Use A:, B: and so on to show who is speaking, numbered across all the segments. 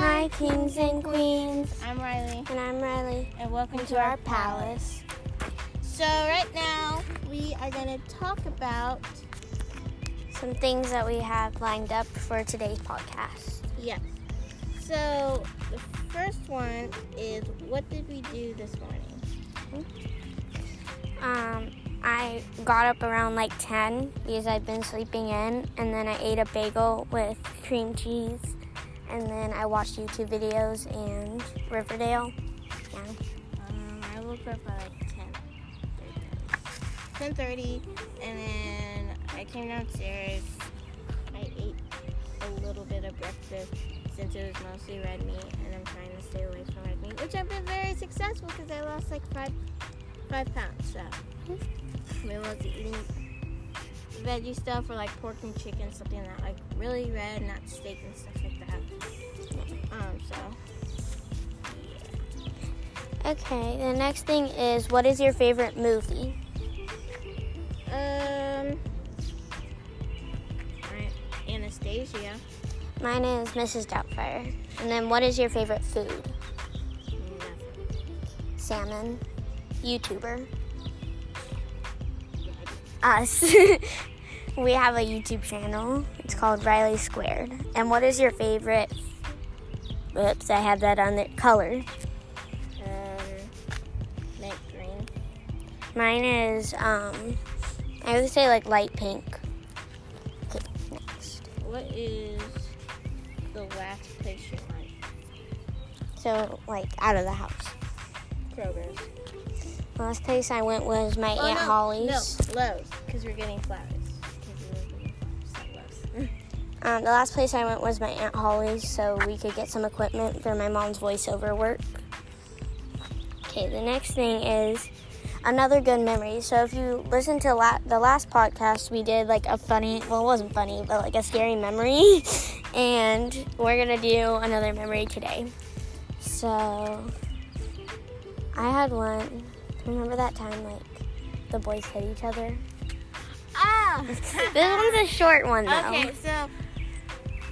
A: my kings and queens,
B: I'm Riley,
A: and I'm Riley.
B: and welcome
A: Into our palace.
B: So right now we are gonna talk about
A: Some things that we have lined up for today's podcast.
B: yes. So the first one is what did we do this morning?
A: Um, I got up around like 10 because I've been sleeping in, and then I ate a bagel with cream cheese, and then I watched YouTube videos and Riverdale.
B: Um, I woke up at like ten ten thirty, and then I came downstairs. I ate a little bit of breakfast since it was mostly red meat, and I'm trying to stay away from red meat, which I've been very successful because I lost like five five pounds. So I've been mostly eating veggie stuff or like pork and chicken, something that like really red, not steak and stuff like that. Um, so
A: Okay, the next thing is what is your favorite movie?
B: Um, alright, Anastasia.
A: Mine is Mrs. Doubtfire. And then what is your favorite food?
B: Nothing.
A: Salmon. YouTuber. Us. we have a YouTube channel. It's called Riley Squared. And what is your favorite? Whoops, I have that on the color.
B: Um, mint green.
A: Mine is um, I would say like light pink. Okay, next.
B: What is the last place you like?
A: So like out of the house.
B: Kroger's.
A: Last place I went was my aunt Holly's.
B: Oh, No, Lowe's, because we're getting flowers. 'Cause we were getting flowers at Lowe's.
A: Um, the last place I went was my Aunt Holly's, so we could get some equipment for my mom's voiceover work. Okay, the next thing is another good memory. So if you listen to la- the last podcast, we did like a funny, well, it wasn't funny, but like a scary memory. and we're gonna do another memory today. So I had one. Remember that time, like, the boys hit each other?
B: Ah!
A: This one's a short one, though.
B: Okay, so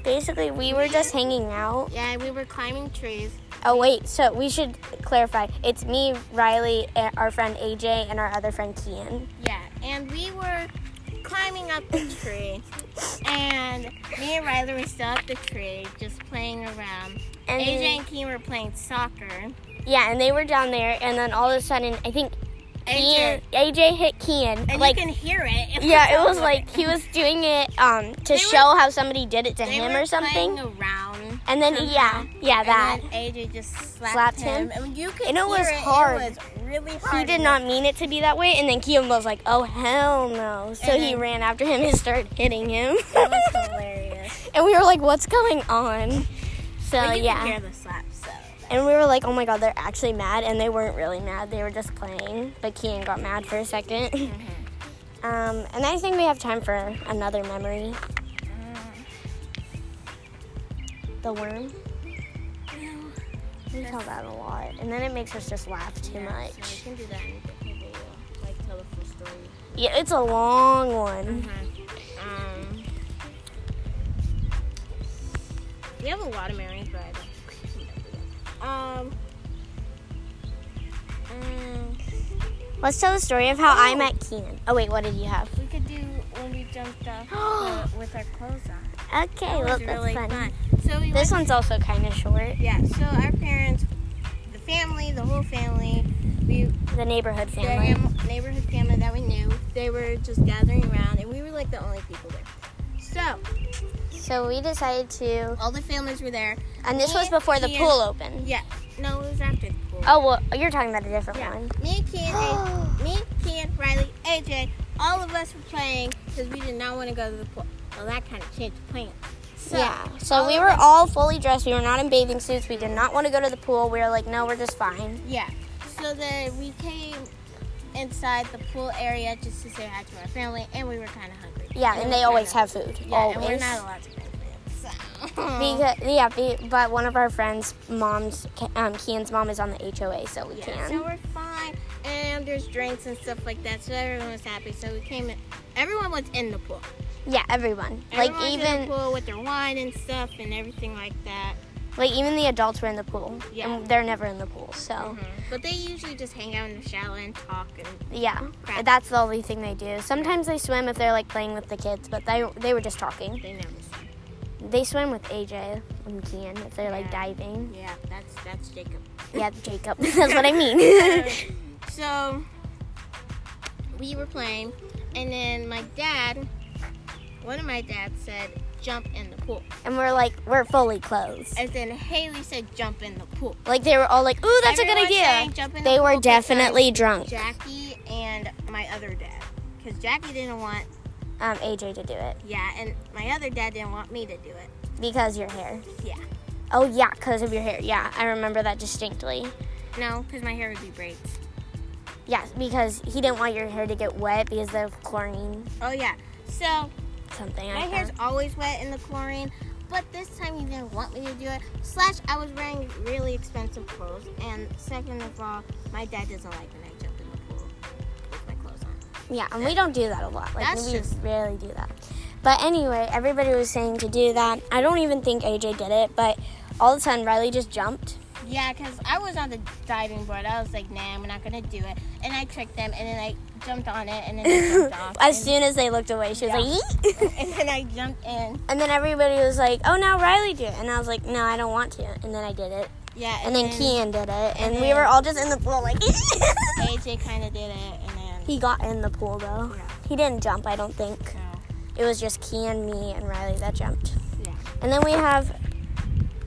A: Basically, we were just hanging out
B: yeah, we were climbing trees.
A: Oh wait, so we should clarify. It's me, Riley, and our friend AJ, and our other friend Kian.
B: Yeah, and we were climbing up the tree, and me and Riley were still up the tree, just playing around.
A: And
B: AJ
A: then-
B: and Keen were playing soccer.
A: yeah, and they were down there, and then all of a sudden, I think Kian,
B: AJ,
A: AJ hit Kian.
B: and
A: like,
B: you can hear it.
A: yeah, it was like he was doing it um to
B: They
A: show how somebody did it to
B: they
A: him
B: were
A: or something.
B: Playing around.
A: and then yeah, yeah, that
B: And then AJ just slapped,
A: Slapped him.
B: him. and you could
A: And it
B: hear
A: was hard.
B: It was really
A: he
B: hard.
A: did not mean it to be that way. And then Kian was like, "Oh hell no!" So
B: And
A: he
B: then-
A: ran after him and started hitting him.
B: It was hilarious.
A: and we were like, "What's going on?" So
B: But you
A: yeah.
B: can hear the slap. So
A: And we were like, oh my god, they're actually mad. And they weren't really mad, they were just playing. But Kian got mad for a 2nd
B: Mm-hmm.
A: Um, and I think we have time for another memory the worm. We tell that a lot. And then it makes us just laugh too
B: yeah, So
A: much.
B: we can do that. And people will like tell the full story.
A: Yeah, it's a long one.
B: Um, we have a lot of memories, but I don't remember them. Um, um,
A: Let's tell the story of how I met Kian. Oh, wait, what did you have?
B: we could do when we jumped off uh, with our clothes on.
A: Okay,
B: That
A: well,
B: was
A: that's
B: really
A: fun.
B: fun. So we
A: This
B: went-
A: one's also kind of short.
B: yeah. So our parents, the family, the whole family, we
A: The neighborhood
B: their
A: family.
B: am- neighborhood family that we knew, they were just gathering around, and we were like the only people there. So
A: So we decided to.
B: all the families were there.
A: And this was
B: Me,
A: before the
B: Kian-
A: pool opened.
B: Yeah. No, it was after the pool.
A: Oh, well, you're talking about a different
B: Yeah.
A: one.
B: Me, Kian, A- me, Kian, Riley, AJ, all of us were playing because we did not want to go to the pool. Well, that kind of changed the plan. So,
A: yeah. So
B: all
A: we
B: of
A: were
B: us-
A: all fully dressed. We were not in bathing suits. We did not want to go to the pool. We were like, no, we're just fine.
B: Yeah. So then we came inside the pool area just to say hi to our family, and we were kind of hungry.
A: Yeah, and
B: we
A: they
B: were
A: always
B: kinda-
A: have food.
B: Yeah,
A: always.
B: and we're not allowed to bring food. So.
A: because, yeah, be, but one of our friends' mom's, um, Kian's mom is on the HOA, so we
B: Yeah,
A: can.
B: so we're fine, and there's drinks and stuff like that, so everyone was happy. So we came in. Everyone was in the pool.
A: yeah, everyone.
B: Everyone
A: like
B: was in
A: even
B: the pool with their wine and stuff and everything like that.
A: Like even the adults were in the pool,
B: Yeah.
A: and they're never in the pool. So
B: But they usually just hang out in the shower and talk. And
A: yeah,
B: Crap.
A: that's the only thing they do. Sometimes they swim if they're like playing with the kids, but they they were just talking.
B: they never.
A: They swim with AJ and Kian if they're like
B: Yeah.
A: diving.
B: Yeah, that's that's Jacob.
A: Yeah, Jacob. that's what I mean.
B: Uh, so we were playing, and then my dad, one of my dads said, "Jump in the pool,"
A: and we're like we're fully clothed.
B: and then Haley said, "Jump in the pool."
A: Like they were all like, "Ooh, that's a
B: Everyone
A: good idea."
B: sang, "Jump in the
A: they were
B: pool," besides
A: definitely drunk.
B: Jackie and my other dad, because Jackie didn't want,
A: Um, AJ to do it
B: yeah, and my other dad didn't want me to do it.
A: because your hair.
B: Yeah,
A: Oh yeah, because of your hair. Yeah, I remember that distinctly.
B: no, because my hair would be braids.
A: Yeah, because he didn't want your hair to get wet because of chlorine,
B: Oh yeah. So
A: something.
B: my
A: like
B: hair's
A: that.
B: always wet in the chlorine, but this time you didn't want me to do it. Slash, I was wearing really expensive clothes, and second of all, my dad doesn't like when I jump in the pool with my clothes on.
A: Yeah, and we don't do that a lot. Like
B: That's
A: we
B: just-
A: rarely do that. But anyway, everybody was saying to do that. I don't even think AJ did it, but all of a sudden Riley just jumped.
B: Yeah, because I was on the diving board. I was like, nah, I'm not gonna do it. And I tricked them, and then I jumped on it, and then I jumped off.
A: as
B: and,
A: soon as they looked away, she was
B: Oh Yeah.
A: like, "Yeet."
B: and then I jumped in.
A: and then everybody was like, "Oh, now Riley do it," and I was like, "No, I don't want to." And then I did it,
B: Yeah,
A: and then Kian did it, and, we
B: then-
A: were all just in the pool like.
B: AJ kind of did it, and then.
A: he got in the pool though.
B: Yeah.
A: He didn't jump, I don't think.
B: no.
A: It was just Kian, me, and Riley that jumped.
B: Yeah.
A: And then we have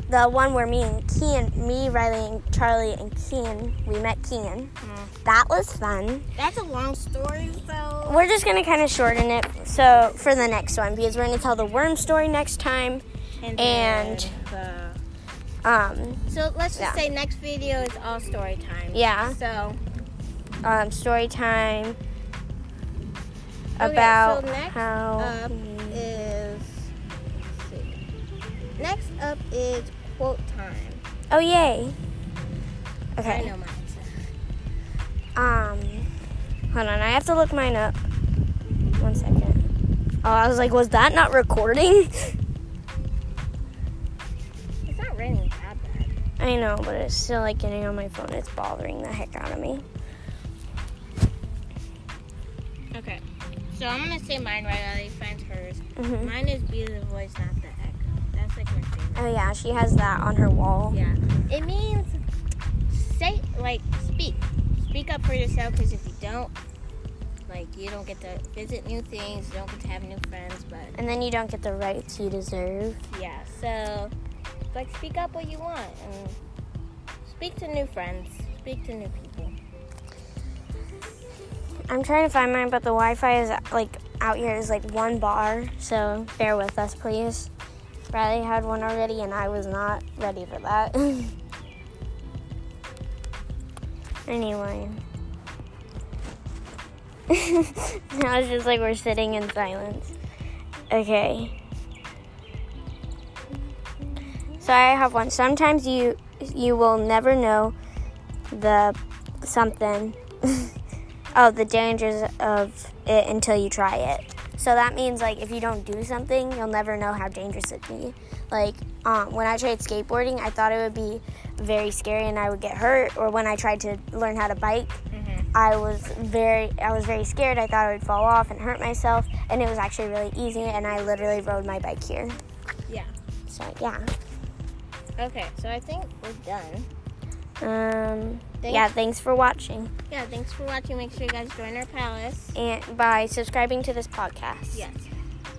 A: the one where me and Kian, me, Riley, and Charlie, and Kian, we met Kian.
B: Mm.
A: That was fun.
B: That's a long story, though.
A: We're just gonna kind of shorten it so for the next one because we're gonna tell the worm story next time. And-
B: then the-
A: Um,
B: So let's just
A: Yeah.
B: say next video is all story time.
A: Yeah.
B: So
A: um, story time
B: okay,
A: about
B: so next
A: how.
B: up is let's see. next up is quote time.
A: oh yay! Okay.
B: I know mine. so.
A: Um, hold on, I have to look mine up. One second. Oh, I was like, was that not recording?
B: It's not raining that bad.
A: I know, but it's still like getting on my phone. It's bothering the heck out of me.
B: Okay. So I'm gonna say mine right while he finds hers.
A: hmm
B: Mine is be the voice, not the echo. That's like my favorite.
A: Oh yeah, she has that on her wall.
B: Yeah. It means say like speak. Speak up for yourself because if you don't, like you don't get to visit new things, you don't get to have new friends, but
A: And then you don't get the rights you deserve.
B: Yeah, so like speak up what you want and speak to new friends, speak to new people.
A: I'm trying to find mine, but the Wi-Fi is like out here is like one bar, so bear with us, please. Riley had one already, and I was not ready for that. anyway, now it's just like we're sitting in silence. Okay. So I have one. Sometimes you you will never know the something. Oh, the dangers of it until you try it. So that means like if you don't do something, you'll never know how dangerous it be. Like um, when I tried skateboarding, I thought it would be very scary and I would get hurt. Or when I tried to learn how to bike, I was very I was very scared. I thought I would fall off and hurt myself, and it was actually really easy. And I literally rode my bike here.
B: Yeah.
A: So yeah.
B: Okay, so I think we're done.
A: Um,
B: Thank-
A: yeah. Thanks for watching,
B: Yeah, thanks for watching. Make sure you guys join our palace.
A: and by subscribing to this podcast.
B: Yes.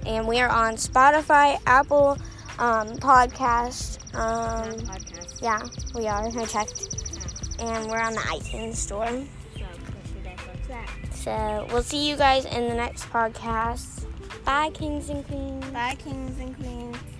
A: and we are on Spotify, Apple um, Podcast.
B: Um,
A: Um,
B: podcast.
A: yeah, we are. I checked, and we're on the iTunes store.
B: So make sure you guys watch that.
A: So we'll see you guys in the next podcast. Bye, kings and queens.
B: Bye, kings and queens.